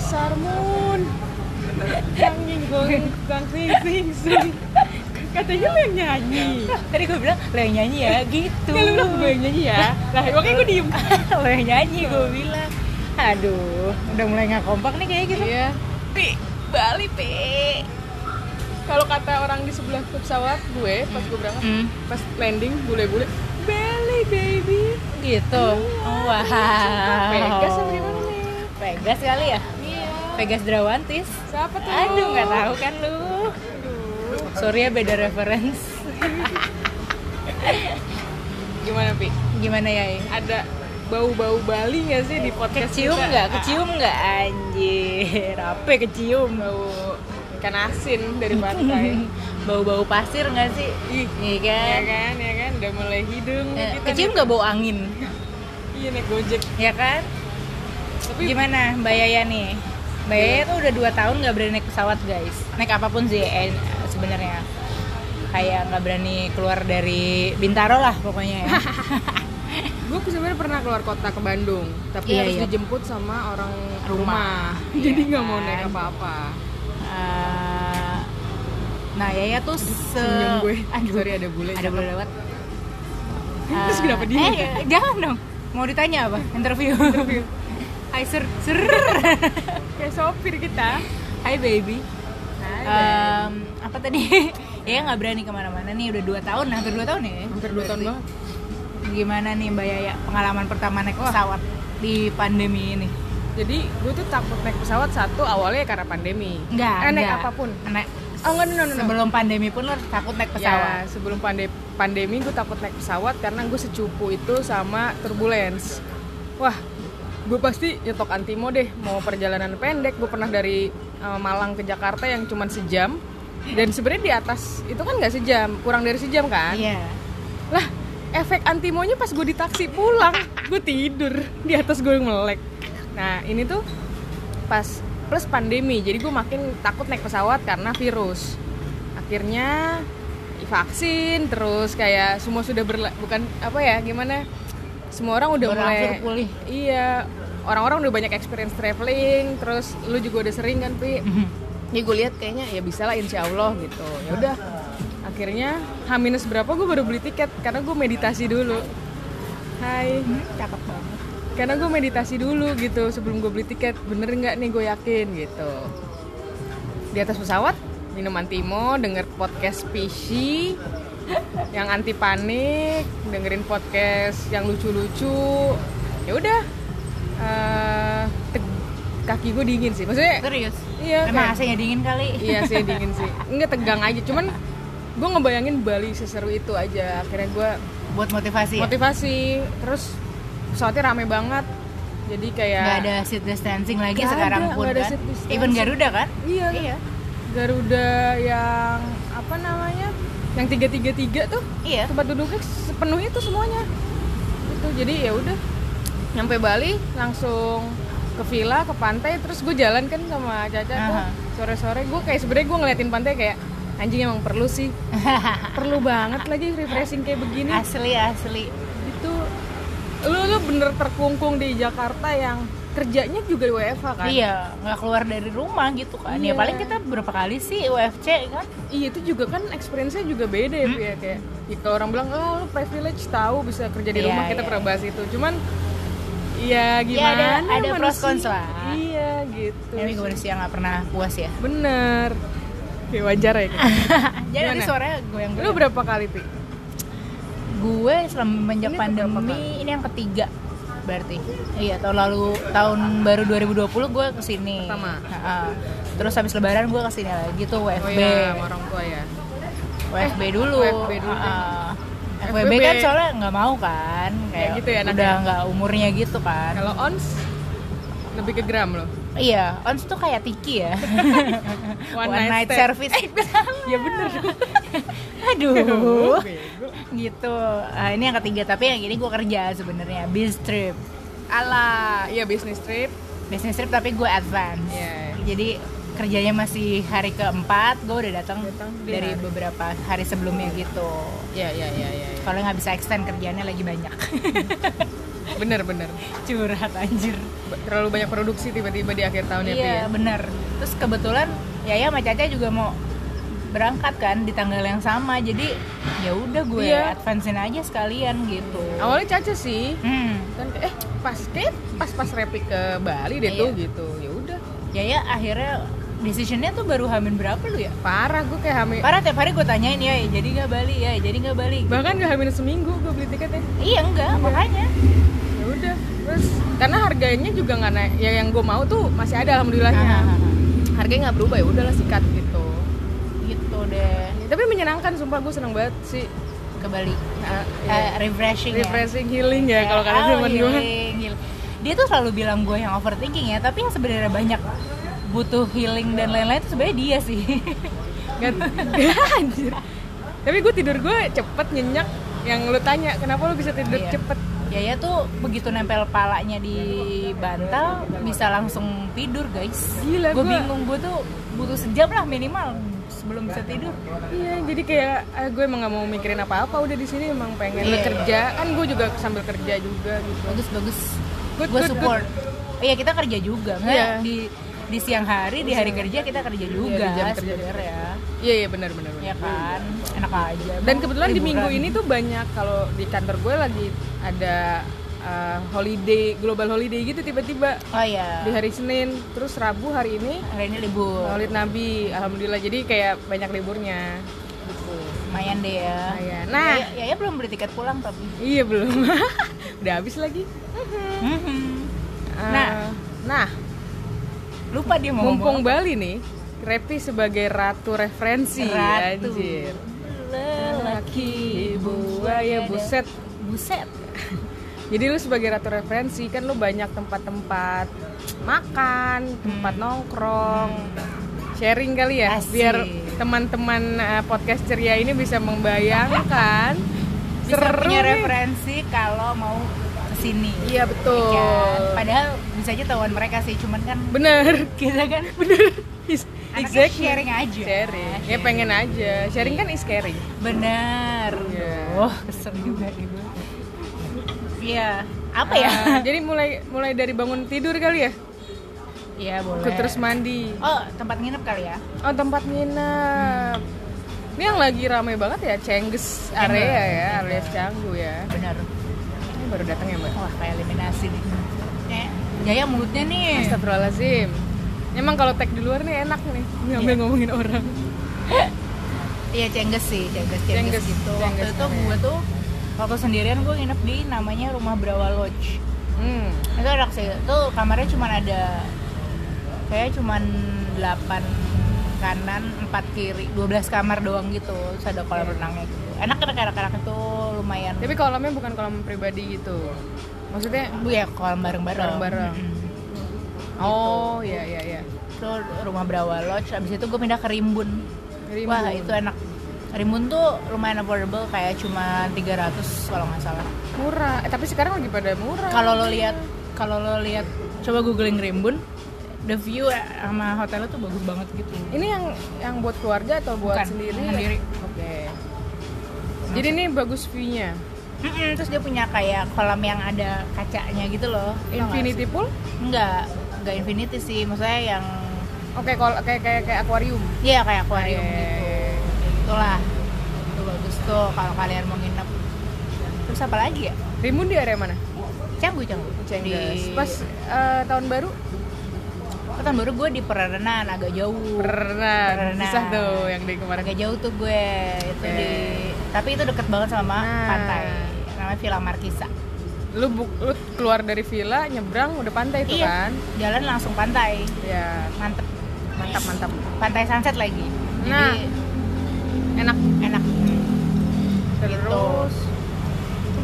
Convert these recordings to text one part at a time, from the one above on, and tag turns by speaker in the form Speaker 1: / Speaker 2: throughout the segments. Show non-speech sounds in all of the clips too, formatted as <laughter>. Speaker 1: Sarmun Kanging gong gang sing sing sing Katanya lo yang nyanyi
Speaker 2: Tadi gue bilang lo yang nyanyi ya gitu.
Speaker 1: Kan lo bilang gue yang nyanyi ya Lah makanya gue
Speaker 2: <laughs>
Speaker 1: diem Iya.
Speaker 2: lo yang nyanyi gue bilang. Aduh, udah mulai nggak kompak nih kayaknya gitu.
Speaker 1: Iya
Speaker 2: Pi, Bali pi.
Speaker 1: Kalau kata orang di sebelah pesawat gue pas gue berangkat
Speaker 2: Hmm,
Speaker 1: Pas landing bule-bule Belly baby
Speaker 2: gitu. Wah.
Speaker 1: Iya. Pegas apa gimana nih?
Speaker 2: Pegas kali ya?
Speaker 1: Iya
Speaker 2: Pegas Drawantis.
Speaker 1: Siapa tuh?
Speaker 2: Aduh, nggak tahu kan lu.
Speaker 1: Aduh.
Speaker 2: Sorry ya beda reference.
Speaker 1: Gimana Pi?
Speaker 2: Gimana ya?
Speaker 1: Ada bau-bau Bali nggak sih di podcast
Speaker 2: Kecium
Speaker 1: kita?
Speaker 2: nggak? Kecium nggak anjir? Apa kecium?
Speaker 1: bau ikan asin dari
Speaker 2: <laughs>
Speaker 1: pantai
Speaker 2: Bau-bau pasir nggak sih?
Speaker 1: Ih,
Speaker 2: Iya
Speaker 1: ya
Speaker 2: kan?
Speaker 1: kan ya kan udah mulai hidung nih
Speaker 2: Eh,
Speaker 1: kita
Speaker 2: Kecium
Speaker 1: nih.
Speaker 2: nggak bau angin?
Speaker 1: iya naik gojek
Speaker 2: Ya kan?
Speaker 1: tapi Iya.
Speaker 2: Gimana Mbak Yaya nih? Mbak Yaya tuh udah 2 tahun nggak berani naik pesawat guys Naik apapun sih eh, sebenarnya Kayak nggak berani keluar dari Bintaro lah
Speaker 1: <laughs>
Speaker 2: pokoknya ya
Speaker 1: gue sebenarnya pernah keluar kota ke Bandung tapi
Speaker 2: Iya,
Speaker 1: harus
Speaker 2: iya.
Speaker 1: dijemput sama orang
Speaker 2: Rumah.
Speaker 1: rumah, <laughs>
Speaker 2: Iya
Speaker 1: jadi nggak mau
Speaker 2: kan.
Speaker 1: naik apa-apa
Speaker 2: Eh, Nah Yaya tuh se...
Speaker 1: pinjam gue
Speaker 2: Aduh,
Speaker 1: sorry ada bule
Speaker 2: ada boleh lewat
Speaker 1: <laughs> Terus kenapa dia?
Speaker 2: Eh, jangan dong Mau ditanya apa? Interview <laughs> Hai sir, sir
Speaker 1: kayak sopir kita
Speaker 2: Hai baby
Speaker 1: Hai,
Speaker 2: Em, Apa tadi? <laughs> Yaya nggak berani kemana-mana nih udah 2 tahun, hampir 2 tahun ya
Speaker 1: Beb. hampir dua tahun
Speaker 2: Berarti.
Speaker 1: banget
Speaker 2: Gimana nih Mbak Yaya pengalaman pertama naik pesawat di pandemi ini?
Speaker 1: jadi gue tuh takut naik pesawat satu awalnya karena pandemi
Speaker 2: Enggak,
Speaker 1: eh, naik
Speaker 2: enggak.
Speaker 1: apapun
Speaker 2: Naik
Speaker 1: oh enggak no, no, no, no.
Speaker 2: sebelum pandemi pun lo takut naik
Speaker 1: Ya,
Speaker 2: pesawat.
Speaker 1: sebelum pande- pandemi gue takut naik pesawat karena gue secupu itu sama turbulence. Wah, gue pasti nyetok antimo deh mau perjalanan pendek. Gue pernah dari eh, Malang ke Jakarta yang cuma sejam. Dan sebenarnya di atas itu kan nggak sejam, kurang dari sejam kan?
Speaker 2: Iya.
Speaker 1: Lah, efek antimonya pas gue di taksi pulang, gue tidur di atas gue melek. Nah, ini tuh pas plus pandemi, jadi gue makin takut naik pesawat karena virus. Akhirnya vaksin terus kayak semua sudah berla- bukan apa ya gimana semua orang udah
Speaker 2: Berangsur
Speaker 1: mulai
Speaker 2: pulih.
Speaker 1: iya orang-orang udah banyak experience traveling terus lu juga udah sering kan pi
Speaker 2: Mhm.
Speaker 1: ya gue lihat kayaknya ya bisa lah insya Allah gitu ya udah akhirnya H-minus berapa gue baru beli tiket karena gue meditasi dulu Hai
Speaker 2: Cakep banget.
Speaker 1: karena gue meditasi dulu gitu sebelum gue beli tiket bener nggak nih gue yakin gitu di atas pesawat minum antimo denger podcast Pishi yang anti panik dengerin podcast yang lucu-lucu ya udah eh, teg- kaki gue dingin sih maksudnya
Speaker 2: Eh, Serius?
Speaker 1: iya
Speaker 2: Emang
Speaker 1: kayak-
Speaker 2: AC-nya dingin kali?
Speaker 1: iya sih dingin sih nggak tegang aja cuman gue ngebayangin Bali seseru itu aja akhirnya gue
Speaker 2: Buat motivasi ya?
Speaker 1: motivasi terus pesawatnya rame banget jadi kayak
Speaker 2: Nggak ada seat distancing lagi
Speaker 1: ya. Nggak
Speaker 2: sekarang
Speaker 1: ada,
Speaker 2: pun
Speaker 1: nggak ada
Speaker 2: kan?
Speaker 1: seat distancing.
Speaker 2: Even Garuda kan?
Speaker 1: iya, Garuda yang apa namanya yang tiga tiga tiga tuh
Speaker 2: Iya.
Speaker 1: tempat duduknya sepenuh itu semuanya itu jadi ya udah nyampe Bali langsung ke villa ke pantai terus gue jalan kan sama Caca tuh
Speaker 2: Aha.
Speaker 1: sore sore gue kayak sebenarnya gue ngeliatin pantai kayak anjing emang perlu sih
Speaker 2: <laughs>
Speaker 1: perlu banget lagi refreshing kayak begini
Speaker 2: Asli asli.
Speaker 1: itu lu lu bener terkungkung di Jakarta yang kerjanya juga WFH kan
Speaker 2: Iya, nggak keluar dari rumah gitu kan.
Speaker 1: Iya.
Speaker 2: Ya paling kita berapa kali sih UFC kan?
Speaker 1: Iya itu juga kan experience-nya juga beda ya, Bu,
Speaker 2: Hmm.
Speaker 1: ya kayak ya, kalau orang bilang oh lu privilege tahu bisa kerja di
Speaker 2: Iya,
Speaker 1: rumah kita
Speaker 2: iya.
Speaker 1: pernah bahas itu cuman ya gimana
Speaker 2: ada- ada pros
Speaker 1: manusia-
Speaker 2: cons lah.
Speaker 1: iya gitu
Speaker 2: Ini gue manusia nggak pernah puas
Speaker 1: <laughs>
Speaker 2: ya.
Speaker 1: bener ya wajar ya
Speaker 2: <laughs>
Speaker 1: gitu.
Speaker 2: Jadi nanti
Speaker 1: Gimana?
Speaker 2: suaranya goyang
Speaker 1: lu berapa kali pi
Speaker 2: gue semenjak
Speaker 1: Ini keberapa
Speaker 2: pandemi
Speaker 1: kali?
Speaker 2: ini yang ketiga berarti iya tahun lalu tahun baru 2020 gue kesini
Speaker 1: Pertama.
Speaker 2: Heeh. terus habis lebaran gue kesini lagi tuh
Speaker 1: oh
Speaker 2: WFB
Speaker 1: iya eh, sama orang tua ya
Speaker 2: WFB dulu
Speaker 1: WFB dulu.
Speaker 2: Heeh.
Speaker 1: FWB.
Speaker 2: FWB kan soalnya nggak mau kan kayak
Speaker 1: gitu ya anaknya.
Speaker 2: udah nggak umurnya gitu kan
Speaker 1: kalau ons lebih ke gram lo
Speaker 2: iya ons tuh kayak tiki ya
Speaker 1: One night stand. <laughs>
Speaker 2: service <laughs>
Speaker 1: ya <laughs> bener
Speaker 2: aduh gitu Ah, ini yang ketiga tapi yang ini gue kerja sebenarnya biz trip
Speaker 1: ala ya bisnis trip
Speaker 2: business trip tapi gue advance
Speaker 1: Iya.
Speaker 2: jadi kerjanya masih hari keempat gue udah datang
Speaker 1: Datang di
Speaker 2: dari
Speaker 1: hari.
Speaker 2: beberapa hari sebelumnya gitu
Speaker 1: ya ya ya ya, ya.
Speaker 2: kalau nggak bisa extend kerjaannya lagi banyak
Speaker 1: bener bener
Speaker 2: <laughs> curhat anjir
Speaker 1: Ba- terlalu banyak produksi tiba-tiba di akhir tahun ya Pi,
Speaker 2: iya
Speaker 1: ya
Speaker 2: bener terus kebetulan Yaya sama Caca juga mau berangkat kan di tanggal yang sama jadi ya udah gue
Speaker 1: Iya. Oh.
Speaker 2: advancein aja sekalian gitu
Speaker 1: awalnya Caca sih
Speaker 2: hmm.
Speaker 1: kan eh pas kayak pas pas repi ke Bali deh
Speaker 2: Iya.
Speaker 1: tuh gitu ya udah
Speaker 2: Yaya akhirnya decisionnya tuh baru hamil berapa lu ya
Speaker 1: parah gue kayak hamil
Speaker 2: Parah tiap hari gue tanyain ya, jadi nggak balik ya, jadi nggak balik.
Speaker 1: bahkan gak hamil seminggu gue beli tiketnya
Speaker 2: Iya enggak, makanya.
Speaker 1: ya udah terus karena harganya juga nggak naik ya yang gue mau tuh masih ada alhamdulillahnya
Speaker 2: Ah, ah, ah.
Speaker 1: harganya nggak berubah ya udahlah sikat gitu
Speaker 2: Gitu deh,
Speaker 1: Ya, tapi menyenangkan sumpah gue seneng banget sih
Speaker 2: ke Bali.
Speaker 1: Nah,
Speaker 2: Eh,
Speaker 1: iya.
Speaker 2: refreshing.
Speaker 1: refreshing healing ya
Speaker 2: ya.
Speaker 1: kalau kata
Speaker 2: Oh,
Speaker 1: temen gue
Speaker 2: healing, healing. Dia tuh selalu bilang gue yang overthinking ya, tapi yang sebenarnya banyak butuh healing dan lain-lain itu sebenarnya dia sih. <laughs>
Speaker 1: Nggak- Kan? <laughs> anjir tapi gue tidur gue cepet nyenyak yang lu tanya kenapa lu bisa tidur
Speaker 2: Iya.
Speaker 1: cepet
Speaker 2: Yaya tuh begitu nempel palanya di bantal bisa langsung tidur guys.
Speaker 1: Gila,
Speaker 2: gue
Speaker 1: gua-
Speaker 2: bingung gue tuh butuh sejam lah minimal sebelum bisa tidur.
Speaker 1: Iya, jadi kayak ah, gue emang gak mau mikirin apa-apa udah di sini emang pengen
Speaker 2: Iya.
Speaker 1: lu kerja kan gue juga sambil kerja juga gitu.
Speaker 2: bagus bagus
Speaker 1: Good,
Speaker 2: gue
Speaker 1: good,
Speaker 2: support iya kita kerja juga nggak
Speaker 1: Iya.
Speaker 2: di di siang hari di hari kerja kita kerja juga
Speaker 1: di jam kerja.
Speaker 2: sebenarnya
Speaker 1: Iya iya benar benar. benar.
Speaker 2: ya kan enak aja
Speaker 1: Dan
Speaker 2: emang
Speaker 1: kebetulan di
Speaker 2: liburan.
Speaker 1: minggu ini tuh banyak kalau di kantor gue lagi ada uh, holiday global holiday gitu tiba-tiba
Speaker 2: oh ya
Speaker 1: di hari Senin terus Rabu hari ini
Speaker 2: hari ini libur
Speaker 1: Maulid Nabi alhamdulillah jadi kayak banyak liburnya.
Speaker 2: lumayan deh ya
Speaker 1: Lumayan.
Speaker 2: nah
Speaker 1: Nah.
Speaker 2: ya, ya, belum beli tiket pulang tapi
Speaker 1: Iya belum. <laughs> udah habis lagi.
Speaker 2: Mhm.
Speaker 1: Ah,
Speaker 2: Nah.
Speaker 1: nah
Speaker 2: lupa dia mau
Speaker 1: mumpung
Speaker 2: ngomong
Speaker 1: Bali nih Repi sebagai ratu referensi
Speaker 2: Ratu.
Speaker 1: anjir.
Speaker 2: lelaki
Speaker 1: Laki buaya buset.
Speaker 2: buset
Speaker 1: Jadi lu sebagai ratu referensi kan lu banyak tempat-tempat makan, tempat nongkrong, sharing kali ya
Speaker 2: Hmm. Asik.
Speaker 1: biar teman-teman eh, podcast ceria ini bisa membayangkan
Speaker 2: bisa
Speaker 1: seru
Speaker 2: punya
Speaker 1: nih.
Speaker 2: referensi kalau mau kesini
Speaker 1: Iya betul.
Speaker 2: Ya, padahal bisa aja tahuan mereka sih cuman kan
Speaker 1: Bener.
Speaker 2: <laughs> kita kan Anaknya
Speaker 1: Exactly.
Speaker 2: sharing aja.
Speaker 1: Sharing. Ya pengen aja. Sharing kan is caring.
Speaker 2: Bener.
Speaker 1: Iya.
Speaker 2: Oh, kesel juga nih gue. Iya. Apa ya?
Speaker 1: Ah, jadi mulai mulai dari bangun tidur kali ya.
Speaker 2: Iya boleh.
Speaker 1: Ikut terus mandi.
Speaker 2: Oh, tempat nginep kali ya?
Speaker 1: Oh tempat nginep. Ini yang lagi ramai banget ya Cengges area
Speaker 2: Iya.
Speaker 1: ya, alias Canggu ya.
Speaker 2: Bener.
Speaker 1: Ini baru datang ya mbak.
Speaker 2: Wah, kayak eliminasi nih. Eh, Jaya mulutnya nih.
Speaker 1: Astagfirullahaladzim. Emang kalau tag di luar nih enak nih ngambil ngomongin orang.
Speaker 2: Iya, cengges sih, cengges, cengges,
Speaker 1: Cengges,
Speaker 2: gitu.
Speaker 1: Cengges
Speaker 2: waktu itu
Speaker 1: area.
Speaker 2: gue tuh waktu sendirian gue nginep di namanya rumah Brawa Lodge.
Speaker 1: Hmm.
Speaker 2: Itu enak sih. Itu kamarnya cuman ada kayak cuman 8 kanan, 4 kiri, 12 kamar doang gitu. Terus ada kolam renangnya gitu. Enak enak enak enak itu lumayan.
Speaker 1: Tapi kolamnya bukan kolam pribadi gitu. Maksudnya?
Speaker 2: Bu ya kolam bareng-bareng.
Speaker 1: Bareng-bareng.
Speaker 2: Mm-mm. Gitu.
Speaker 1: Oh iya iya iya.
Speaker 2: Itu rumah Brawa Lodge. Abis itu gue pindah ke Rimbun.
Speaker 1: Rimbun.
Speaker 2: Wah, itu enak. Rimbun tuh lumayan affordable kayak cuma 300 kalau nggak salah.
Speaker 1: Murah. Eh, tapi sekarang lagi pada murah.
Speaker 2: Kalau lo lihat kalau lo lihat coba googling Rimbun, the view sama hotelnya tuh bagus banget gitu.
Speaker 1: Ini yang yang buat keluarga atau buat
Speaker 2: Bukan,
Speaker 1: sendiri?
Speaker 2: sendiri.
Speaker 1: Oke. Jadi ini bagus view-nya.
Speaker 2: Mm-mm, terus dia punya kayak kolam yang ada kacanya gitu loh. Tau nggak
Speaker 1: Infinity
Speaker 2: sih?
Speaker 1: pool?
Speaker 2: Enggak, enggak infinity sih. Maksudnya yang
Speaker 1: Oke, kalau kayak kayak kayak akuarium.
Speaker 2: ya kayak akuarium
Speaker 1: Oke.
Speaker 2: gitu. Itulah. Itu bagus tuh kalau kalian mau nginep. Terus apa lagi ya?
Speaker 1: Rimun di area mana?
Speaker 2: Canggu, canggu.
Speaker 1: Cengges.
Speaker 2: Di...
Speaker 1: Pas eh, tahun baru
Speaker 2: Oh, tahun baru gue di Pererenan agak jauh.
Speaker 1: pernah
Speaker 2: Pernah.
Speaker 1: pisah tuh yang di kemarin.
Speaker 2: agak jauh tuh gue. Itu
Speaker 1: Oke.
Speaker 2: di tapi itu deket banget sama
Speaker 1: Nah.
Speaker 2: pantai. Namanya Villa Markisa.
Speaker 1: Lu, buk- lu keluar dari villa, nyebrang udah pantai
Speaker 2: Iya.
Speaker 1: itu kan?
Speaker 2: Jalan langsung pantai.
Speaker 1: Ya,
Speaker 2: Mantep.
Speaker 1: mantap mantap.
Speaker 2: Pantai sunset lagi. Jadi
Speaker 1: Nah. Enak
Speaker 2: enak Gitu.
Speaker 1: terus.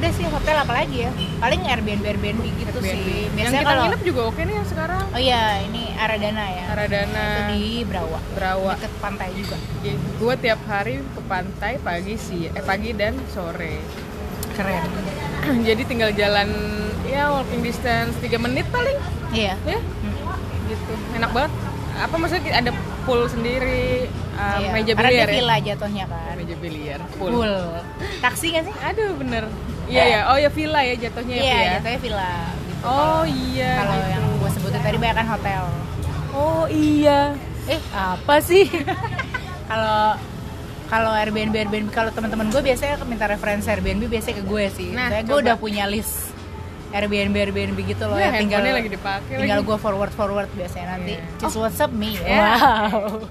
Speaker 2: udah sih hotel apa lagi ya paling Airbnb Airbnb gitu
Speaker 1: Airbnb.
Speaker 2: sih
Speaker 1: Yang
Speaker 2: biasanya
Speaker 1: kita
Speaker 2: kalau
Speaker 1: nginep juga oke nih yang sekarang.
Speaker 2: oh iya ini Aradana ya
Speaker 1: Aradana,
Speaker 2: itu di Brawa
Speaker 1: Brawa.
Speaker 2: deket pantai juga
Speaker 1: Gue Iya, tiap hari ke pantai pagi sih, eh pagi dan sore. <clears throat>
Speaker 2: keren
Speaker 1: Jadi tinggal jalan ya walking distance 3 menit paling
Speaker 2: iya
Speaker 1: ya
Speaker 2: Hmm.
Speaker 1: gitu. Enak banget. Apa maksudnya ada pool sendiri, eh,
Speaker 2: Iya,
Speaker 1: meja
Speaker 2: Karena dia
Speaker 1: biliar ya.
Speaker 2: villa jatuhnya kan.
Speaker 1: Meja biliar, pool.
Speaker 2: Pool. Taksi nggak sih?
Speaker 1: Aduh bener. Iya ya, oh ya villa ya jatuhnya ya.
Speaker 2: Iya,
Speaker 1: Pi, ya.
Speaker 2: jatuhnya villa. Gitu.
Speaker 1: Oh iya.
Speaker 2: Kalau
Speaker 1: gitu.
Speaker 2: yang gue sebutin tadi banyak kan hotel.
Speaker 1: Oh iya.
Speaker 2: Eh apa sih? <laughs> Kalau kalau Airbnb Airbnb kalau teman-teman gue biasanya minta referensi Airbnb biasanya ke gue sih.
Speaker 1: Nah,
Speaker 2: Saya gue
Speaker 1: coba.
Speaker 2: udah punya list Airbnb Airbnb gitu loh.
Speaker 1: Ya,
Speaker 2: yang tinggal
Speaker 1: handphonenya lagi dipakai
Speaker 2: tinggal
Speaker 1: lagi.
Speaker 2: gue forward forward biasanya nanti.
Speaker 1: Iya.
Speaker 2: Just WhatsApp me.
Speaker 1: Iya.
Speaker 2: Wow.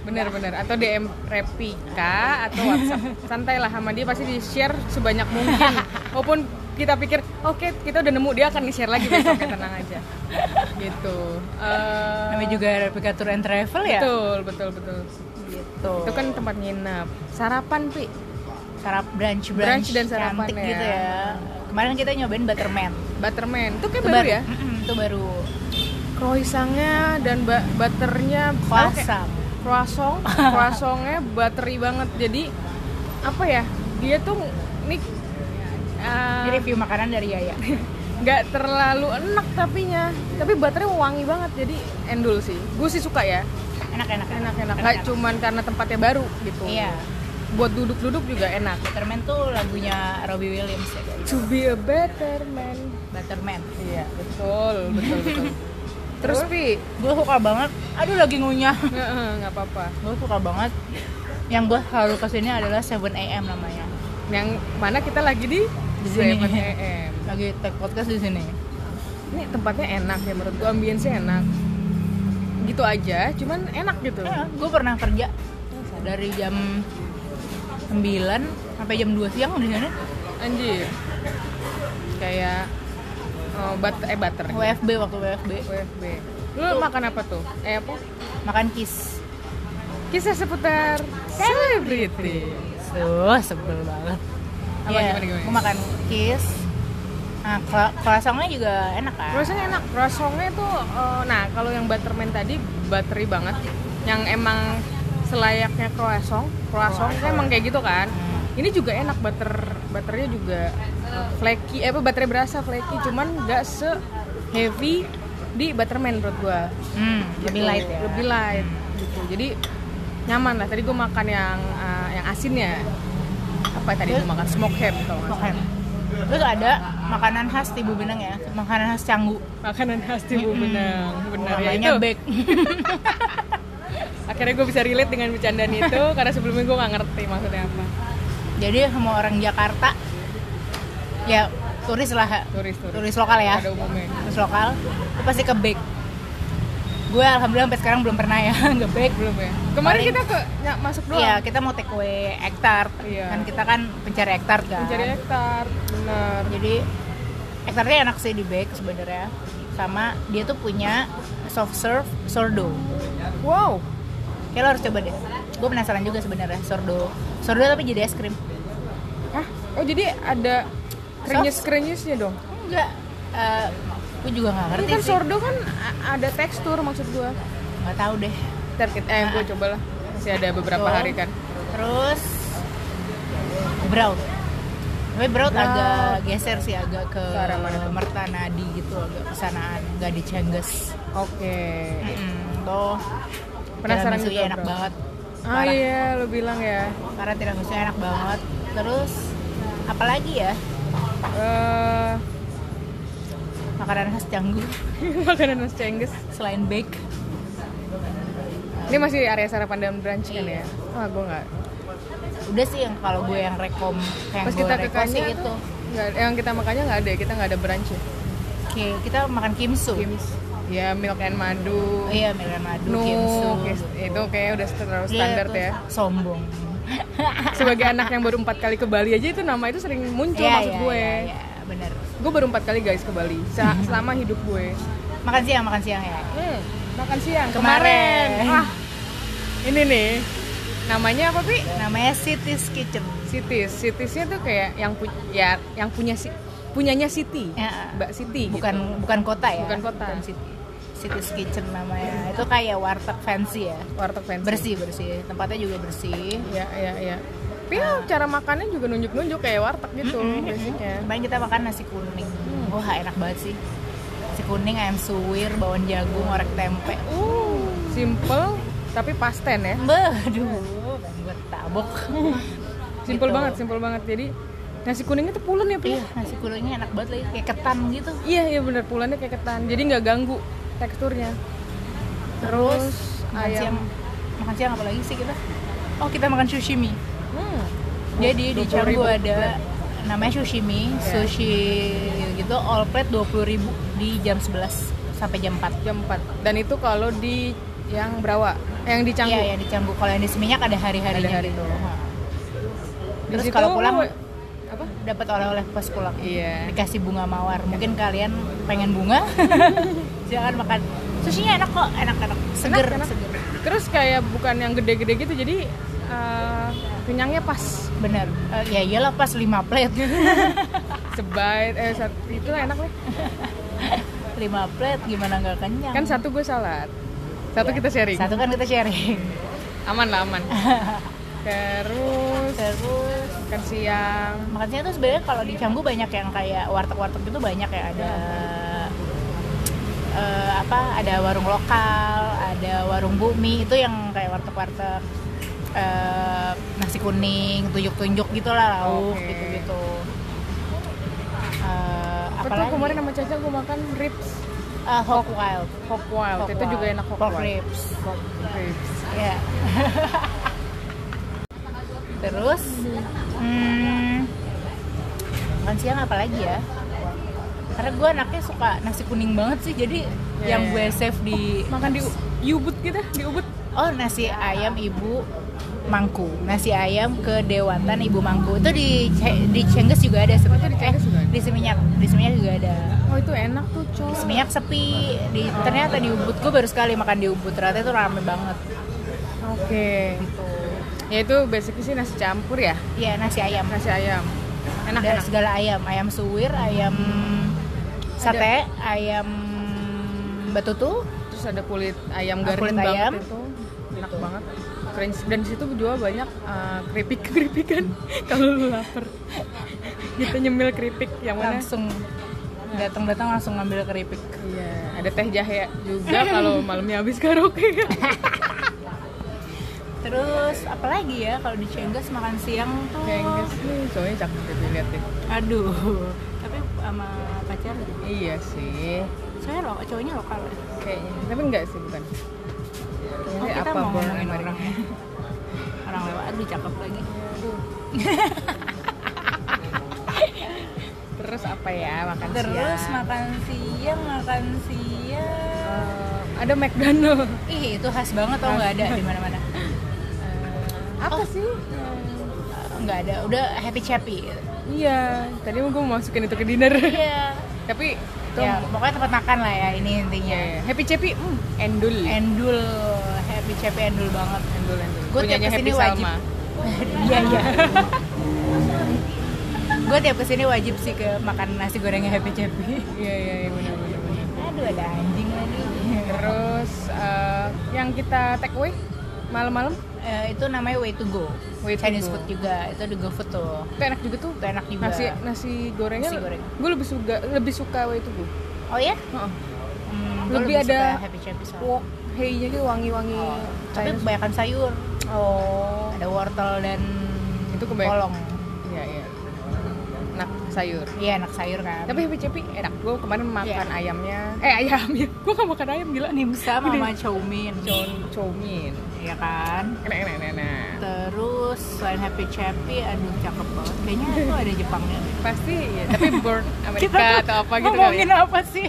Speaker 1: Bener-bener, atau DM Repika atau
Speaker 2: <laughs>
Speaker 1: WhatsApp Santai lah sama dia pasti di-share sebanyak mungkin Walaupun kita pikir, oke kita udah nemu dia akan nge-share lagi besok ya, tenang aja Gitu Eh,
Speaker 2: Namanya juga Replica Tour and Travel ya.
Speaker 1: Betul, betul, betul
Speaker 2: Gitu.
Speaker 1: Itu kan tempat nginep Sarapan, Pi
Speaker 2: sarap brunch
Speaker 1: Brunch
Speaker 2: brunch,
Speaker 1: dan sarapan
Speaker 2: cantik
Speaker 1: ya.
Speaker 2: gitu ya. Kemarin kita nyobain butterman.
Speaker 1: Butterman, itu kayak
Speaker 2: Itu
Speaker 1: baru ya?
Speaker 2: Mm-mm, itu baru
Speaker 1: Croissantnya dan ba- butternya
Speaker 2: croissant. <laughs>
Speaker 1: croissant croissantnya buttery banget jadi apa ya dia tuh nih
Speaker 2: Ini
Speaker 1: eh,
Speaker 2: review makanan dari
Speaker 1: <laughs>
Speaker 2: Yaya.
Speaker 1: nggak terlalu enak tapinya tapi butternya wangi banget jadi endul sih gue sih suka ya
Speaker 2: Enak-enak.
Speaker 1: enak-enak nggak cuman karena tempatnya baru gitu
Speaker 2: Iya.
Speaker 1: buat duduk-duduk juga enak
Speaker 2: Butterman tuh lagunya Robbie Williams ya guys.
Speaker 1: to be a better man
Speaker 2: Butterman.
Speaker 1: iya betul betul
Speaker 2: <laughs>
Speaker 1: betul terus pi
Speaker 2: Gue suka banget. Aduh lagi ngunyah.
Speaker 1: Heeh, nggak apa-apa
Speaker 2: Gue suka banget. Yang gue selalu kesini adalah 7 AM namanya.
Speaker 1: yang mana kita lagi di
Speaker 2: Di sini.
Speaker 1: 7am.
Speaker 2: Lagi take podcast di sini.
Speaker 1: ini tempatnya enak ya menurut gua ambience enak gitu aja cuman enak gitu
Speaker 2: Ya, gue pernah kerja
Speaker 1: Iya,
Speaker 2: dari jam 9 sampai jam 2 siang di sana.
Speaker 1: anjir kayak oh, but eh butter
Speaker 2: WFB waktu WFB
Speaker 1: WFB lu makan apa tuh eh apa
Speaker 2: makan kis.
Speaker 1: kisah seputar selebriti
Speaker 2: Duh, sebel banget.
Speaker 1: Apa, gimana, gimana?
Speaker 2: Aku Iya, makan kis. Nah, kro- croissantnya juga enak kan?
Speaker 1: rasanya enak rasanya tuh eh, nah kalau yang butterman tadi buttery banget yang emang selayaknya croissant croissant itu emang kayak gitu kan ini juga enak butter butternya juga eh, flaky eh apa butternya berasa flaky cuman nggak se heavy di butterman menurut gua
Speaker 2: Hmm, lebih
Speaker 1: Gitu,
Speaker 2: light ya.
Speaker 1: lebih light gitu jadi nyaman lah tadi gua makan yang eh, yang asinnya apa tadi gua makan smoke ham tau nggak salah.
Speaker 2: Makan. Terus ada makanan khas Tibu Benang ya, makanan khas Canggu.
Speaker 1: makanan khas Tibu Benang benar ya
Speaker 2: Namanya
Speaker 1: itu
Speaker 2: bek.
Speaker 1: akhirnya gue bisa relate dengan bercandaan <laughs> itu karena sebelumnya gue nggak ngerti maksudnya apa
Speaker 2: Jadi semua orang Jakarta ya turis lah,
Speaker 1: turis turis,
Speaker 2: turis lokal ya.
Speaker 1: pada umumnya
Speaker 2: Turis lokal itu pasti ke bek. Gue alhamdulillah sampai sekarang belum pernah ya <laughs> ke bek.
Speaker 1: belum ya kemarin
Speaker 2: Paling-
Speaker 1: kita ke ya, masuk doang
Speaker 2: Iya, kita mau take away hektar.
Speaker 1: Iya.
Speaker 2: Kan kita kan pencari hektar kan.
Speaker 1: mencari hektar bener
Speaker 2: Jadi hektarnya enak sih di bake sebenarnya. Sama dia tuh punya soft serve sordo.
Speaker 1: wow
Speaker 2: Kayak lo harus coba deh. Gue penasaran juga sebenarnya sordo. Sordo tapi jadi es krim.
Speaker 1: Hah? oh jadi ada krenyes krenyesnya dong
Speaker 2: Enggak. eh gue juga nggak
Speaker 1: ini
Speaker 2: ngerti
Speaker 1: kan
Speaker 2: sih.
Speaker 1: sordo kan a- ada tekstur maksud gue
Speaker 2: Nggak tahu deh.
Speaker 1: ntar kita eh
Speaker 2: Ah.
Speaker 1: gue cobalah masih ada beberapa
Speaker 2: Tuh.
Speaker 1: hari kan
Speaker 2: Terus brown. Tapi brown
Speaker 1: Brown.
Speaker 2: agak geser sih agak ke
Speaker 1: Nah. Ke arah mana tuh?
Speaker 2: Mertanadi gitu agak kesanaan, nggak di Cengges.
Speaker 1: oke
Speaker 2: Hmm. Mm-mm, tuh
Speaker 1: Penasaran
Speaker 2: tiramisu
Speaker 1: juga,
Speaker 2: enak
Speaker 1: Bro.
Speaker 2: banget
Speaker 1: ah
Speaker 2: Parah.
Speaker 1: iya lo bilang ya
Speaker 2: karena tiramisu enak banget terus apalagi ya
Speaker 1: Eh, <laughs>
Speaker 2: makanan khas Canggu <laughs>
Speaker 1: makanan khas Cengges
Speaker 2: selain bake
Speaker 1: ini masih area sarapan dan brunch kan
Speaker 2: Iya.
Speaker 1: ya wah gue nggak
Speaker 2: udah sih yang kalau gue yang rekom kayak
Speaker 1: pas
Speaker 2: gue
Speaker 1: kita ke
Speaker 2: rekom sih
Speaker 1: Kanya
Speaker 2: itu
Speaker 1: tuh nggak yang kita makannya nggak ada ya, kita nggak ada brunch ya
Speaker 2: oke kita makan kimsu
Speaker 1: Kims ya milk and madu
Speaker 2: Oh iya makanan madu
Speaker 1: nu
Speaker 2: kimsu
Speaker 1: kes- itu kayak udah terlalu
Speaker 2: Iya,
Speaker 1: standar
Speaker 2: tuh,
Speaker 1: ya
Speaker 2: sombong
Speaker 1: sebagai anak yang baru empat kali ke Bali aja itu nama itu sering muncul
Speaker 2: Iya,
Speaker 1: maksud
Speaker 2: iya,
Speaker 1: gue
Speaker 2: iya, iya, bener
Speaker 1: gue baru empat kali guys ke Bali se-
Speaker 2: <laughs>
Speaker 1: selama hidup gue
Speaker 2: makan siang makan siang ya
Speaker 1: Hmm, makan siang
Speaker 2: Kemarin.
Speaker 1: Wah, ini nih namanya apa pi
Speaker 2: namanya City's Kitchen
Speaker 1: Iya, Sitis Sitisnya tuh kayak yang pu- ya yang punya si- punyanya Siti
Speaker 2: Ya.
Speaker 1: Mbak Siti
Speaker 2: bukan
Speaker 1: gitu.
Speaker 2: bukan kota ya
Speaker 1: Bukan kota.
Speaker 2: city City's Kitchen namanya itu kayak warteg fancy ya
Speaker 1: warteg fancy
Speaker 2: bersih bersih tempatnya juga bersih
Speaker 1: Iya, iya, iya. Tapi ya, cara makannya juga nunjuk-nunjuk kayak warteg gitu basicnya.
Speaker 2: Kemarin kita makan nasi kuning.
Speaker 1: Hmm.
Speaker 2: Wah, enak banget sih. Nasi kuning, ayam suwir, bawang jagung, orek tempe.
Speaker 1: Uh, simple tapi pasten ya
Speaker 2: Beuh, aduh, buat tabok.
Speaker 1: simple
Speaker 2: Gitu.
Speaker 1: banget simple banget jadi nasi kuningnya tuh pulen ya Pri?
Speaker 2: Iya, nasi kuningnya enak banget lagi kayak ketan gitu.
Speaker 1: iya iya bener pulennya kayak ketan jadi nggak ganggu teksturnya terus
Speaker 2: makan siang,
Speaker 1: ayam
Speaker 2: makan siang apa lagi sih kita? Oh, kita makan sushi mie.
Speaker 1: Hmm.
Speaker 2: Jadi di
Speaker 1: 20.000
Speaker 2: Canggu
Speaker 1: plate.
Speaker 2: ada namanya sushi mie,
Speaker 1: Iya.
Speaker 2: sushi gitu all plate 20.000 di jam 11 sampai jam 4.
Speaker 1: jam 4 dan itu kalau di yang Brawa yang di Canggu
Speaker 2: Iya, ya di Canggu. Kalau yang di Seminyak ada hari-harinya
Speaker 1: Ada hari.
Speaker 2: gitu.
Speaker 1: Di
Speaker 2: Terus
Speaker 1: situ
Speaker 2: kalau pulang
Speaker 1: lu- apa
Speaker 2: dapat oleh-oleh pas pulang.
Speaker 1: iya
Speaker 2: dikasih bunga mawar mungkin kalian pengen bunga <laughs> jangan makan sushinya enak kok enak enak seger
Speaker 1: Enak, enak.
Speaker 2: seger
Speaker 1: terus kayak bukan yang gede-gede gitu jadi eh, kenyangnya pas
Speaker 2: bener Eh, ya iyalah pas 5 plate <laughs> 5
Speaker 1: sebaik eh sat- itu enak nih
Speaker 2: plate gimana nggak kenyang
Speaker 1: kan satu gue salad satu
Speaker 2: Ya,
Speaker 1: kita sharing
Speaker 2: satu kan kita sharing
Speaker 1: aman lah
Speaker 2: <laughs>
Speaker 1: aman terus
Speaker 2: terus
Speaker 1: makan siang
Speaker 2: makanya tuh sebenarnya kalau di Canggu banyak yang kayak warteg-warteg itu banyak ya ada eh, apa ada warung lokal ada warung bumi itu yang kayak warteg-warteg eh, nasi kuning tunjuk-tunjuk gitulah lauk
Speaker 1: Oke.
Speaker 2: gitu-gitu Eh,
Speaker 1: Betul
Speaker 2: apalagi
Speaker 1: kemarin sama Caca gue makan ribs
Speaker 2: Eh, Hog Wild
Speaker 1: Hog Wild,
Speaker 2: Hog
Speaker 1: itu juga
Speaker 2: Wild.
Speaker 1: enak Hog
Speaker 2: Pork
Speaker 1: Wild.
Speaker 2: ribs
Speaker 1: Hog ribs.
Speaker 2: Iya. Terus hmm, makan siang apa lagi ya? Karena gue anaknya suka nasi kuning banget sih, jadi
Speaker 1: Ya,
Speaker 2: yang
Speaker 1: ya.
Speaker 2: gue save di
Speaker 1: Makan di Ubud kita, di Ubud
Speaker 2: oh nasi ayam ibu mangku, nasi ayam ke Dewantan ibu mangku itu di Ce- di Cengges juga ada sebenarnya.
Speaker 1: di Cengges juga ada?
Speaker 2: di Seminyak, di Seminyak juga ada.
Speaker 1: Oh itu enak tuh
Speaker 2: Di
Speaker 1: cowok
Speaker 2: Seminyak sepi, di ternyata di Ubud gue baru sekali makan di Ubud, ternyata itu rame banget.
Speaker 1: Oke
Speaker 2: Tuh.
Speaker 1: Ya itu basicnya sih nasi campur ya,
Speaker 2: Iya nasi ayam.
Speaker 1: nasi ayam Enak
Speaker 2: ada
Speaker 1: enak
Speaker 2: segala ayam ayam suwir ayam sate ayam batutu
Speaker 1: Terus ada kulit ayam
Speaker 2: Ah,
Speaker 1: garing
Speaker 2: kulit
Speaker 1: banget
Speaker 2: ayam.
Speaker 1: itu Enak banget Keren sih. dan di situ juga banyak eh, keripik keripikan <laughs> kalau lu lapar <laughs> kita nyemil keripik yang mana
Speaker 2: langsung datang datang langsung ngambil keripik
Speaker 1: iya ada teh jahe juga
Speaker 2: <laughs>
Speaker 1: kalau malamnya habis karaoke <laughs>
Speaker 2: terus apalagi ya kalau di Cengges makan siang tuh
Speaker 1: Cengkes nih cowoknya cakep deh dilihat deh
Speaker 2: aduh <laughs> tapi sama pacar
Speaker 1: iya sih
Speaker 2: saya lo cowoknya lokal ya?
Speaker 1: kayaknya tapi enggak sih bukan
Speaker 2: oh,
Speaker 1: Jadi
Speaker 2: kita mau
Speaker 1: boleh
Speaker 2: ngomongin
Speaker 1: mari.
Speaker 2: orang <laughs> orang lewat aduh cakep lagi
Speaker 1: terus apa ya makan
Speaker 2: terus
Speaker 1: siang
Speaker 2: makan siang makan siang
Speaker 1: Eh, ada
Speaker 2: <laughs>
Speaker 1: McDonald
Speaker 2: ih itu khas banget tau nggak ada di mana <laughs> mana
Speaker 1: apa sih
Speaker 2: nggak ada udah happy chappy
Speaker 1: Eh, iya tadi mau gue mau masukin itu ke dinner <laughs>
Speaker 2: iya
Speaker 1: tapi itu
Speaker 2: ya pokoknya tempat makan lah ya ini intinya
Speaker 1: Iya, iya. happy cepi hmm, endul
Speaker 2: endul happy chappy endul banget
Speaker 1: endul endul
Speaker 2: Gua
Speaker 1: punyanya
Speaker 2: tiap
Speaker 1: happy
Speaker 2: kesini wajib.
Speaker 1: salma
Speaker 2: iya <laughs> iya gue tiap kesini wajib sih ke makan nasi gorengnya happy chappy
Speaker 1: iya iya iya, benar benar benar.
Speaker 2: aduh ada anjing lagi
Speaker 1: terus eh, yang kita take away malam-malam
Speaker 2: <laughs> Eh, itu namanya way to go
Speaker 1: Way to
Speaker 2: Chinese
Speaker 1: Go.
Speaker 2: food juga itu di GoFood tuh
Speaker 1: itu enak juga tuh
Speaker 2: itu enak juga
Speaker 1: nasi nasi gorengnya
Speaker 2: Nasi goreng.
Speaker 1: gue lebih suka lebih suka itu gue
Speaker 2: oh ya
Speaker 1: Heeh.
Speaker 2: Hmm, gua
Speaker 1: Lebih ada-
Speaker 2: suka happy chappy soalnya
Speaker 1: wok hei-nya gitu wangi-wangi
Speaker 2: Oh, tapi
Speaker 1: Chinese.
Speaker 2: kebanyakan sayur
Speaker 1: oh
Speaker 2: ada wortel dan
Speaker 1: Itu kebanyakan.
Speaker 2: kolong
Speaker 1: iya iya enak sayur
Speaker 2: iya enak sayur kan
Speaker 1: tapi happy cepi enak gue kemarin makan
Speaker 2: Iya.
Speaker 1: ayamnya eh ayamnya <laughs> gue gak makan ayam gila nih
Speaker 2: dimsum sama chomin
Speaker 1: comin
Speaker 2: ya kan
Speaker 1: enak enak enak, enak.
Speaker 2: terus selain happy chappy aduh cakep banget kayaknya itu ada Jepangnya
Speaker 1: pasti ya, tapi
Speaker 2: <laughs>
Speaker 1: born Amerika
Speaker 2: tuh
Speaker 1: atau apa gitu kali
Speaker 2: ngomongin
Speaker 1: ya.
Speaker 2: apa sih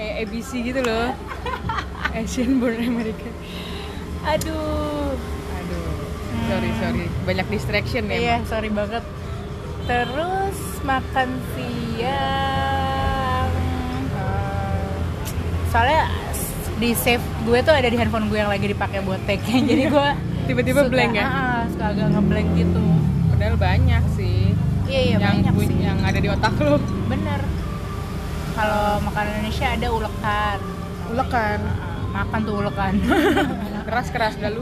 Speaker 1: kayak ABC gitu
Speaker 2: <laughs>
Speaker 1: loh Asian born America
Speaker 2: aduh
Speaker 1: aduh sorry sorry banyak distraction ya
Speaker 2: Hmm. iya sorry banget terus makan siang soalnya di save gue tuh ada di handphone gue yang lagi dipakai buat tag-nya
Speaker 1: <laughs>
Speaker 2: jadi gue
Speaker 1: Tiba-tiba
Speaker 2: suka-
Speaker 1: blank ya?
Speaker 2: ah, suka agak ngeblank gitu
Speaker 1: padahal banyak sih
Speaker 2: iya iya
Speaker 1: yang
Speaker 2: banyak
Speaker 1: bu-
Speaker 2: sih
Speaker 1: yang ada di otak lo
Speaker 2: Bener. Kalau makanan Indonesia ada ulekan.
Speaker 1: ulekan
Speaker 2: Nah, Makan tuh ulekan. <laughs>
Speaker 1: keras keras dah lu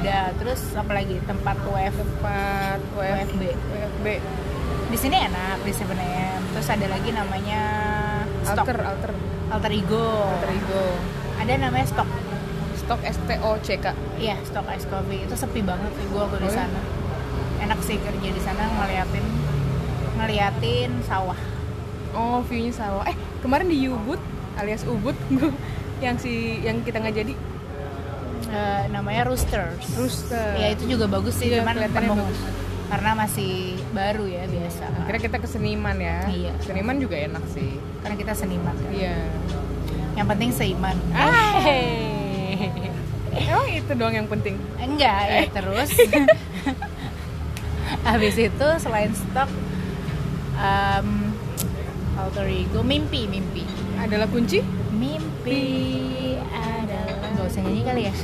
Speaker 2: Udah, terus apa lagi? Tempat UF.
Speaker 1: tempat WFB
Speaker 2: WFB.
Speaker 1: WFB
Speaker 2: Di sini enak di 7M. Terus ada lagi namanya Stok.
Speaker 1: alter alter
Speaker 2: Alter Ego.
Speaker 1: alter ego
Speaker 2: Ada namanya Stok.
Speaker 1: stok STOCK
Speaker 2: Iya, stok ice coffee itu sepi banget sih gua waktu
Speaker 1: Oh
Speaker 2: di
Speaker 1: ya?
Speaker 2: sana. Enak sih kerja di sana ngeliatin ngeliatin sawah.
Speaker 1: oh view-nya sawah eh kemarin di Ubud alias Ubud <laughs> gua yang si yang kita nggak jadi
Speaker 2: Eh, namanya Roosters.
Speaker 1: Rooster
Speaker 2: Ya itu juga bagus sih,
Speaker 1: Iya,
Speaker 2: cuman
Speaker 1: kelihatannya
Speaker 2: penuh.
Speaker 1: bagus.
Speaker 2: Karena masih baru ya biasa.
Speaker 1: akhirnya kita ke seniman ya
Speaker 2: Iya.
Speaker 1: seniman juga enak sih
Speaker 2: Karena kita seniman kan.
Speaker 1: iya
Speaker 2: Yang penting seiman.
Speaker 1: ah emang itu doang yang penting
Speaker 2: Enggak,
Speaker 1: Eh.
Speaker 2: ya
Speaker 1: <laughs>
Speaker 2: terus. Habis itu selain stok em alter ego mimpi mimpi
Speaker 1: adalah kunci
Speaker 2: mimpi adalah nggak usah nyanyi kali ya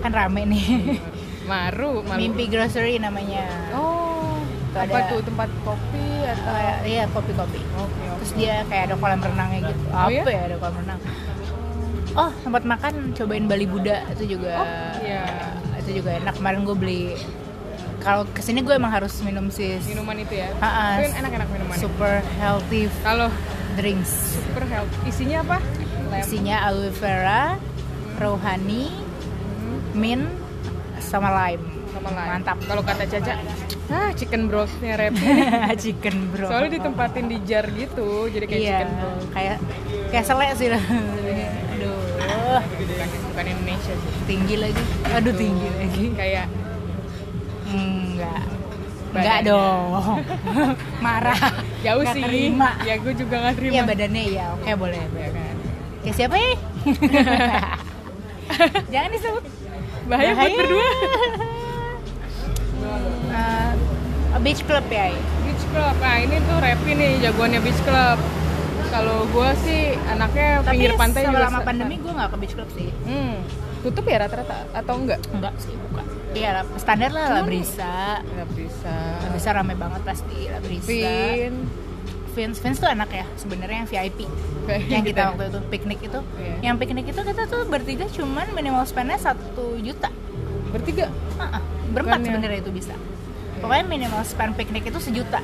Speaker 2: kan rame nih
Speaker 1: maru malu
Speaker 2: mimpi grocery namanya
Speaker 1: oh
Speaker 2: Itu
Speaker 1: apa
Speaker 2: ada-
Speaker 1: tuh tempat kopi atau
Speaker 2: Eh, iya kopi kopi
Speaker 1: oke oke
Speaker 2: terus dia kayak ada kolam renangnya gitu
Speaker 1: Oh,
Speaker 2: apa
Speaker 1: iya?
Speaker 2: ya ada kolam renang oh tempat makan cobain Bali Buddha itu juga
Speaker 1: Oh, iya.
Speaker 2: itu juga enak kemarin gue beli kalau kesini gue emang harus minum sis
Speaker 1: minuman itu ya
Speaker 2: Ha-ha.
Speaker 1: Itu enak-enak minuman
Speaker 2: super healthy
Speaker 1: kalau
Speaker 2: drinks
Speaker 1: super health isinya apa Lem.
Speaker 2: isinya aloe vera rohani
Speaker 1: Hmm,
Speaker 2: mint sama lime
Speaker 1: sama lime.
Speaker 2: mantap <laughs>
Speaker 1: kalau kata Caca ah chicken broth-nya Repi
Speaker 2: chicken bro
Speaker 1: soalnya ditempatin di jar gitu jadi kayak
Speaker 2: iya
Speaker 1: chicken broth
Speaker 2: kayak kayak selek sih <laughs> lah aduh
Speaker 1: bukan, gitu kan. bukan Indonesia sih
Speaker 2: tinggi lagi aduh tinggi lagi
Speaker 1: kayak
Speaker 2: enggak enggak
Speaker 1: Badannya.
Speaker 2: dong <laughs> marah
Speaker 1: jauh
Speaker 2: Nggak
Speaker 1: sih
Speaker 2: terima.
Speaker 1: ya gue juga nggak terima
Speaker 2: iya badannya ya oke boleh
Speaker 1: Ya kan
Speaker 2: kayak siapa
Speaker 1: <laughs>
Speaker 2: ya jangan disebut
Speaker 1: bahaya, buat
Speaker 2: Bahaya.
Speaker 1: berdua
Speaker 2: Eh, beach club ya
Speaker 1: beach club nah ini tuh Repi nih jagoannya beach club kalau gue sih anaknya
Speaker 2: tapi
Speaker 1: pinggir pantai juga
Speaker 2: selama
Speaker 1: se-
Speaker 2: pandemi gue nggak ke beach club sih
Speaker 1: hmm, tutup ya rata-rata atau enggak
Speaker 2: enggak sih bukan iya lah, standar lah lah brisa
Speaker 1: nggak bisa
Speaker 2: bisa rame banget pasti lah brisa
Speaker 1: Pin
Speaker 2: Vince Vince tuh enak ya sebenarnya yang VIP yang
Speaker 1: gitu.
Speaker 2: kita waktu itu piknik itu
Speaker 1: Iya.
Speaker 2: yang piknik itu kita tuh bertiga cuman minimal spendnya satu juta
Speaker 1: bertiga
Speaker 2: Ah, ah, berempat
Speaker 1: Bukannya. Iya.
Speaker 2: sebenarnya itu bisa pokoknya minimal spend piknik itu sejuta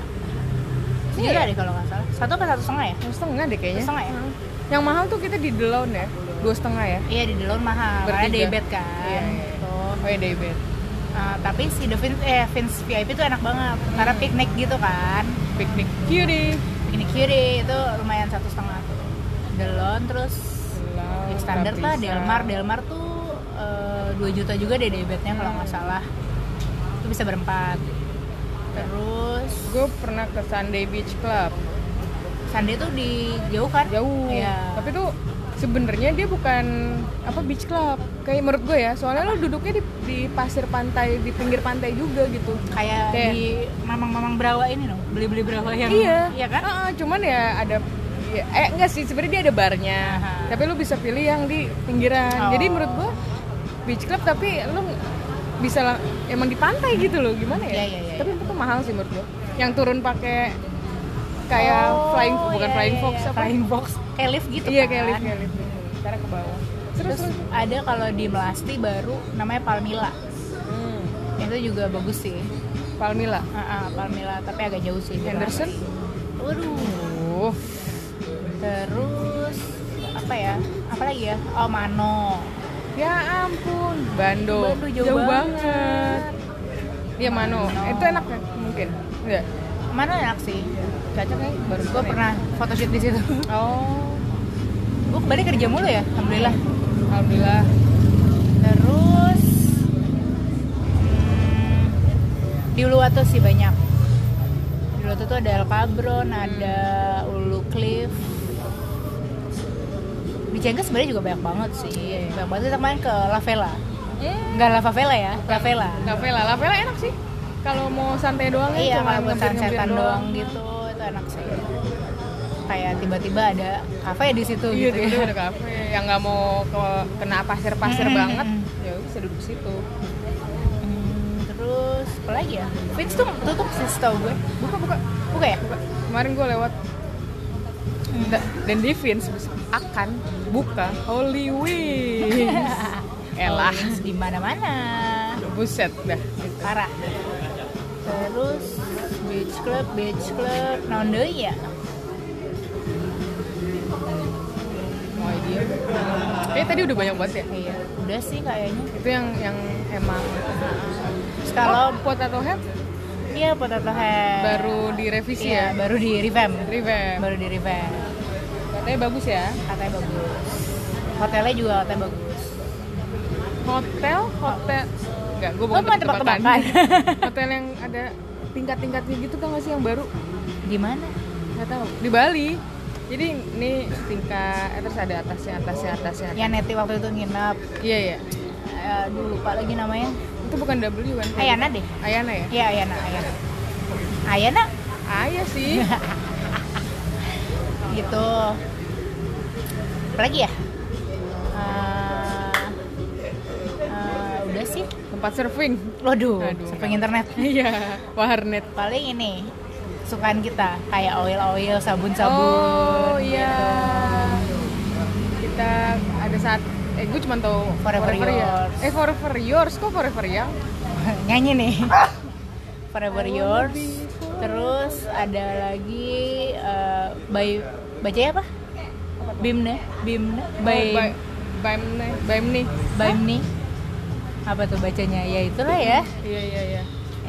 Speaker 2: sejuta
Speaker 1: Iya.
Speaker 2: deh kalau nggak salah satu apa satu setengah ya
Speaker 1: Yang setengah deh kayaknya
Speaker 2: Setengah ya?
Speaker 1: Hmm. yang mahal tuh kita di The Lawn ya dua setengah ya
Speaker 2: iya di delon mahal karena
Speaker 1: Bertiga.
Speaker 2: debit kan
Speaker 1: Iya, iya.
Speaker 2: gitu.
Speaker 1: oh ya David
Speaker 2: Ah, tapi si The Vince, eh, Vince VIP itu enak banget
Speaker 1: Hmm.
Speaker 2: karena piknik gitu kan
Speaker 1: piknik Iya cutie
Speaker 2: piknik kiri itu lumayan satu setengah tuh delon terus Ya, standar lah Delmar Delmar tuh eh, 2 juta juga deh debitnya kalau nggak salah itu bisa berempat terus
Speaker 1: gue pernah ke Sunday Beach Club
Speaker 2: Sunday tuh di jauh kan
Speaker 1: jauh
Speaker 2: Iya.
Speaker 1: tapi tuh sebenarnya dia bukan apa beach club kayak menurut gue ya soalnya lo duduknya di, di pasir pantai di pinggir pantai juga gitu
Speaker 2: kayak
Speaker 1: Kayak-
Speaker 2: di mamang-mamang Brawa ini loh beli-beli Brawa yang
Speaker 1: iya
Speaker 2: kan
Speaker 1: Heeh, cuman ya ada ya- eh enggak sih sebenarnya dia ada barnya
Speaker 2: Aha.
Speaker 1: tapi lu bisa pilih yang di pinggiran
Speaker 2: Oh.
Speaker 1: jadi menurut gua beach club tapi lu bisa lang- emang di pantai gitu loh gimana ya
Speaker 2: Iya, iya, iya,
Speaker 1: tapi itu mahal sih menurut gua yang turun pakai kayak
Speaker 2: Oh,
Speaker 1: flying bukan
Speaker 2: iya,
Speaker 1: flying
Speaker 2: iya,
Speaker 1: fox
Speaker 2: iya.
Speaker 1: apa
Speaker 2: flying fox kayak lift gitu
Speaker 1: <laughs> iya
Speaker 2: kan
Speaker 1: kayak lift kayak lift gitu. Ntar ke bawah terus,
Speaker 2: terus
Speaker 1: terus.
Speaker 2: ada kalau di Melasti baru namanya Palmila
Speaker 1: Hmm.
Speaker 2: itu juga bagus sih
Speaker 1: Palmila
Speaker 2: Ah, ah, Palmila tapi agak jauh sih
Speaker 1: Henderson?
Speaker 2: waduh
Speaker 1: uh
Speaker 2: Terus apa ya? Apa lagi ya? Oh Mano.
Speaker 1: ya ampun Bandung
Speaker 2: Bandung jauh
Speaker 1: banget iya Mano.
Speaker 2: Mano.
Speaker 1: itu enak kan mungkin Iya.
Speaker 2: Mano enak sih.
Speaker 1: Caca kayak baru
Speaker 2: Gue pernah photoshoot di situ. <laughs>
Speaker 1: Oh,
Speaker 2: Gue kembali kerja mulu ya, alhamdulillah.
Speaker 1: alhamdulillah.
Speaker 2: Terus hmm, di Uluwatu sih banyak. Di Uluwatu tuh ada El Cabron, ada Ulu Cliff. Di Cengkes sebenarnya juga banyak banget sih. Banyak banget kita kemarin ke La Vela.
Speaker 1: Eh,
Speaker 2: Enggak La Favela ya, La Vela.
Speaker 1: Lavela, Lavela enak sih. Kalau mau santai doang ya
Speaker 2: iya
Speaker 1: cuma
Speaker 2: kalau buat
Speaker 1: ngebir-ngebir
Speaker 2: sunsetan doang gitu itu enak sih kayak tiba-tiba ada kafe di situ
Speaker 1: iya,
Speaker 2: gitu
Speaker 1: gitu
Speaker 2: ya.
Speaker 1: ada kafe yang nggak mau ke kena pasir-pasir
Speaker 2: Mm-mm.
Speaker 1: banget, ya bisa duduk situ.
Speaker 2: Hmm, terus apa lagi ya Vince tuh tutup sih setahu gue
Speaker 1: Buka buka.
Speaker 2: buka ya
Speaker 1: Kemarin gue lewat Da- dan di Vince akan buka Holy
Speaker 2: <laughs>
Speaker 1: Wings. Elah,
Speaker 2: Holdings di mana-mana
Speaker 1: buset dah.
Speaker 2: parah terus beach club beach club naon deui ya
Speaker 1: Mau dia. Kayaknya Kayak tadi udah banyak banget ya.
Speaker 2: Iya, udah sih kayaknya.
Speaker 1: Itu yang yang emang
Speaker 2: Terus
Speaker 1: kalau
Speaker 2: kalau
Speaker 1: pot atau head
Speaker 2: iya potato head
Speaker 1: baru direvisi ya.
Speaker 2: Iya, baru di revamp.
Speaker 1: Revamp.
Speaker 2: Baru di revamp.
Speaker 1: Katanya bagus ya.
Speaker 2: Katanya bagus. Hotelnya juga hotel bagus.
Speaker 1: Hotel, hotel. Enggak, gue
Speaker 2: Oh,
Speaker 1: bukan
Speaker 2: bukan
Speaker 1: tebak-tebakan.
Speaker 2: tebak-tebakan.
Speaker 1: <laughs> hotel yang ada tingkat-tingkatnya gitu tau gak sih yang baru?
Speaker 2: Di mana?
Speaker 1: Gak tahu. Di Bali. Jadi ini tingkat eh, terus ada atasnya, atasnya, atasnya.
Speaker 2: Yang Neti waktu itu nginep.
Speaker 1: Iya, iya.
Speaker 2: Aduh, lupa lagi namanya.
Speaker 1: Itu bukan W kan?
Speaker 2: Ayana deh.
Speaker 1: Ayana ya?
Speaker 2: Iya, Ah, nah, Ayana, Ayana. Ayana
Speaker 1: Ayah
Speaker 2: <laughs>
Speaker 1: sih.
Speaker 2: gitu. Apa Lagi ya? Eh, eh, udah sih.
Speaker 1: Tempat surfing.
Speaker 2: Waduh,
Speaker 1: Aduh.
Speaker 2: surfing internet.
Speaker 1: Iya, warnet.
Speaker 2: Paling ini kesukaan kita kayak oil-oil, sabun-sabun.
Speaker 1: Oh iya. Kita ada saat eh gue cuma tahu
Speaker 2: Forever Yours.
Speaker 1: Eh Forever Yours kok Forever ya? Young?
Speaker 2: <laughs> nyanyi
Speaker 1: <laughs>
Speaker 2: nih Forever Yours terus ada lagi eh, by bacanya apa Bimne Bimne
Speaker 1: by
Speaker 2: by
Speaker 1: Baimne, Baimni.
Speaker 2: Bimni apa tuh bacanya ya itulah ya
Speaker 1: Iya iya iya.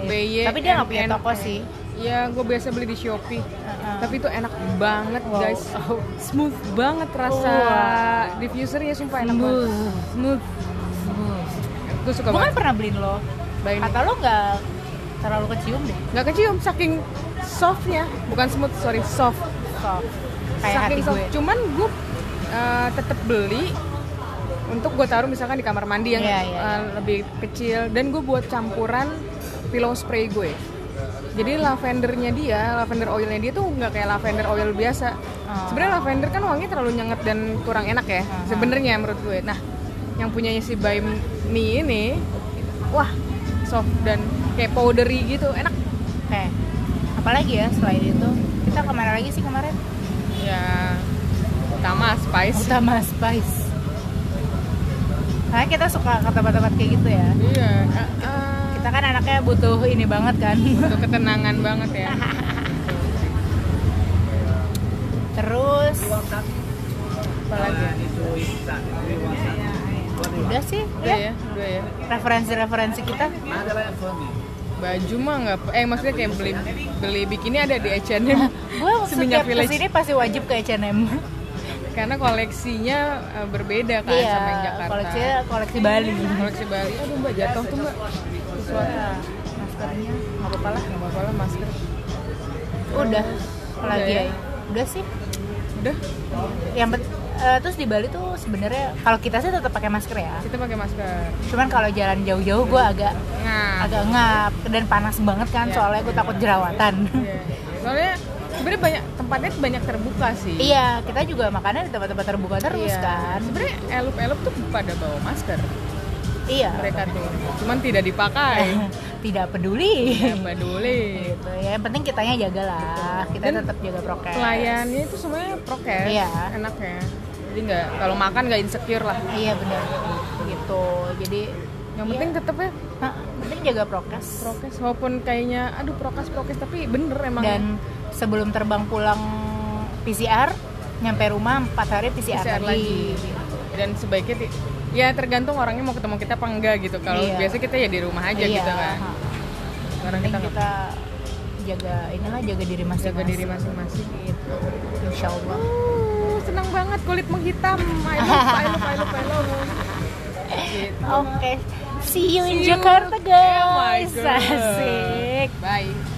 Speaker 2: Eh,
Speaker 1: BY.
Speaker 2: tapi dia nggak punya
Speaker 1: NN.
Speaker 2: toko sih
Speaker 1: Iya, gue biasa beli di Shopee.
Speaker 2: Heeh.
Speaker 1: Tapi itu enak banget,
Speaker 2: Wow.
Speaker 1: guys. Smooth banget rasa
Speaker 2: Wow.
Speaker 1: diffusernya sumpah enak banget. Smooth. Gue suka
Speaker 2: gue kan
Speaker 1: banget.
Speaker 2: pernah beliin lo
Speaker 1: By
Speaker 2: kata lo nggak terlalu kecium deh
Speaker 1: nggak kecium saking softnya bukan smooth sorry soft
Speaker 2: soft kayak
Speaker 1: saking
Speaker 2: hati gue
Speaker 1: cuman gue eh, tetap beli untuk gue taruh misalkan di kamar mandi yang
Speaker 2: Iya, iya,
Speaker 1: eh, lebih kecil dan gue buat campuran pillow spray gue jadi lavendernya dia lavender oilnya dia tuh nggak kayak lavender oil biasa
Speaker 2: Oh.
Speaker 1: sebenarnya lavender kan wangi terlalu nyengat dan kurang enak ya
Speaker 2: Aha.
Speaker 1: sebenarnya menurut gue nah yang punyanya si by me ini wah soft dan kayak powdery gitu enak
Speaker 2: kayak apalagi ya selain itu kita kemana lagi sih kemarin Iya.
Speaker 1: ya utama spice
Speaker 2: utama spice karena kita suka ke tempat-tempat kayak gitu ya
Speaker 1: iya
Speaker 2: kita kan anaknya butuh ini banget kan
Speaker 1: untuk ketenangan banget ya
Speaker 2: terus apa lagi
Speaker 1: ya?
Speaker 2: udah sih
Speaker 1: udah
Speaker 2: ya
Speaker 1: ya udah ya
Speaker 2: referensi-referensi kita
Speaker 1: baju mah nggak eh maksudnya kayak beli beli bikini ada di H&M <laughs>
Speaker 2: gue
Speaker 1: Seminyak
Speaker 2: setiap
Speaker 1: Village.
Speaker 2: kesini pasti wajib ke H&M
Speaker 1: karena koleksinya eh, berbeda kan
Speaker 2: iya
Speaker 1: sama yang Jakarta
Speaker 2: koleksi koleksi Bali
Speaker 1: koleksi Bali aduh mbak jatuh tuh mbak sesuatu
Speaker 2: Iya, maskernya
Speaker 1: nggak apa-apa lah nggak apa-apa lah masker
Speaker 2: udah apalagi
Speaker 1: Udah
Speaker 2: ya
Speaker 1: ya?
Speaker 2: udah sih
Speaker 1: udah
Speaker 2: yang bet- eh, terus di Bali tuh sebenarnya kalau kita sih tetap pakai masker ya
Speaker 1: kita pakai masker
Speaker 2: cuman kalau jalan jauh-jauh gue agak
Speaker 1: nah
Speaker 2: agak ngap dan panas banget kan
Speaker 1: Iya.
Speaker 2: soalnya gue takut jerawatan
Speaker 1: iya. soalnya sebenarnya banyak tempatnya banyak terbuka sih
Speaker 2: iya kita juga makannya di tempat-tempat terbuka terus
Speaker 1: Iya.
Speaker 2: kan
Speaker 1: Sebenarnya elup-elup tuh pada bawa masker
Speaker 2: iya
Speaker 1: mereka tuh. Cuman tidak
Speaker 2: <laughs>
Speaker 1: dipakai.
Speaker 2: tidak peduli
Speaker 1: ya, Mbak Dole.
Speaker 2: gitu ya yang penting kitanya jagalah kita
Speaker 1: Dan
Speaker 2: tetap jaga prokes
Speaker 1: Pelayannya itu semuanya prokes.
Speaker 2: Iya.
Speaker 1: Enaknya. Jadi nggak kalau makan nggak insecure lah.
Speaker 2: iya benar gitu jadi
Speaker 1: Yang penting
Speaker 2: Iya.
Speaker 1: tetep ya
Speaker 2: Hah, penting jaga prokes
Speaker 1: prokes walaupun kayaknya aduh prokes prokes tapi bener emang.
Speaker 2: dan sebelum terbang pulang PCR nyampe rumah empat hari PCR,
Speaker 1: PCR lagi.
Speaker 2: lagi.
Speaker 1: Dan sebaiknya ti- ya tergantung orangnya mau ketemu kita apa enggak gitu. Kalau
Speaker 2: Iya.
Speaker 1: biasa kita ya di rumah aja
Speaker 2: Iya,
Speaker 1: gitu kan.
Speaker 2: ha.
Speaker 1: Sekarang
Speaker 2: penting
Speaker 1: kita nggak
Speaker 2: kita jaga inilah jaga diri masing-masing
Speaker 1: jaga diri masing-masing.
Speaker 2: gitu insya Allah
Speaker 1: Uh, senang banget kulit menghitam. I love, I love, I love, I
Speaker 2: <laughs>
Speaker 1: love. Gitu.
Speaker 2: oke see you in
Speaker 1: See you.
Speaker 2: Jakarta
Speaker 1: Oh my
Speaker 2: guys
Speaker 1: God.
Speaker 2: <laughs> asik
Speaker 1: Bye.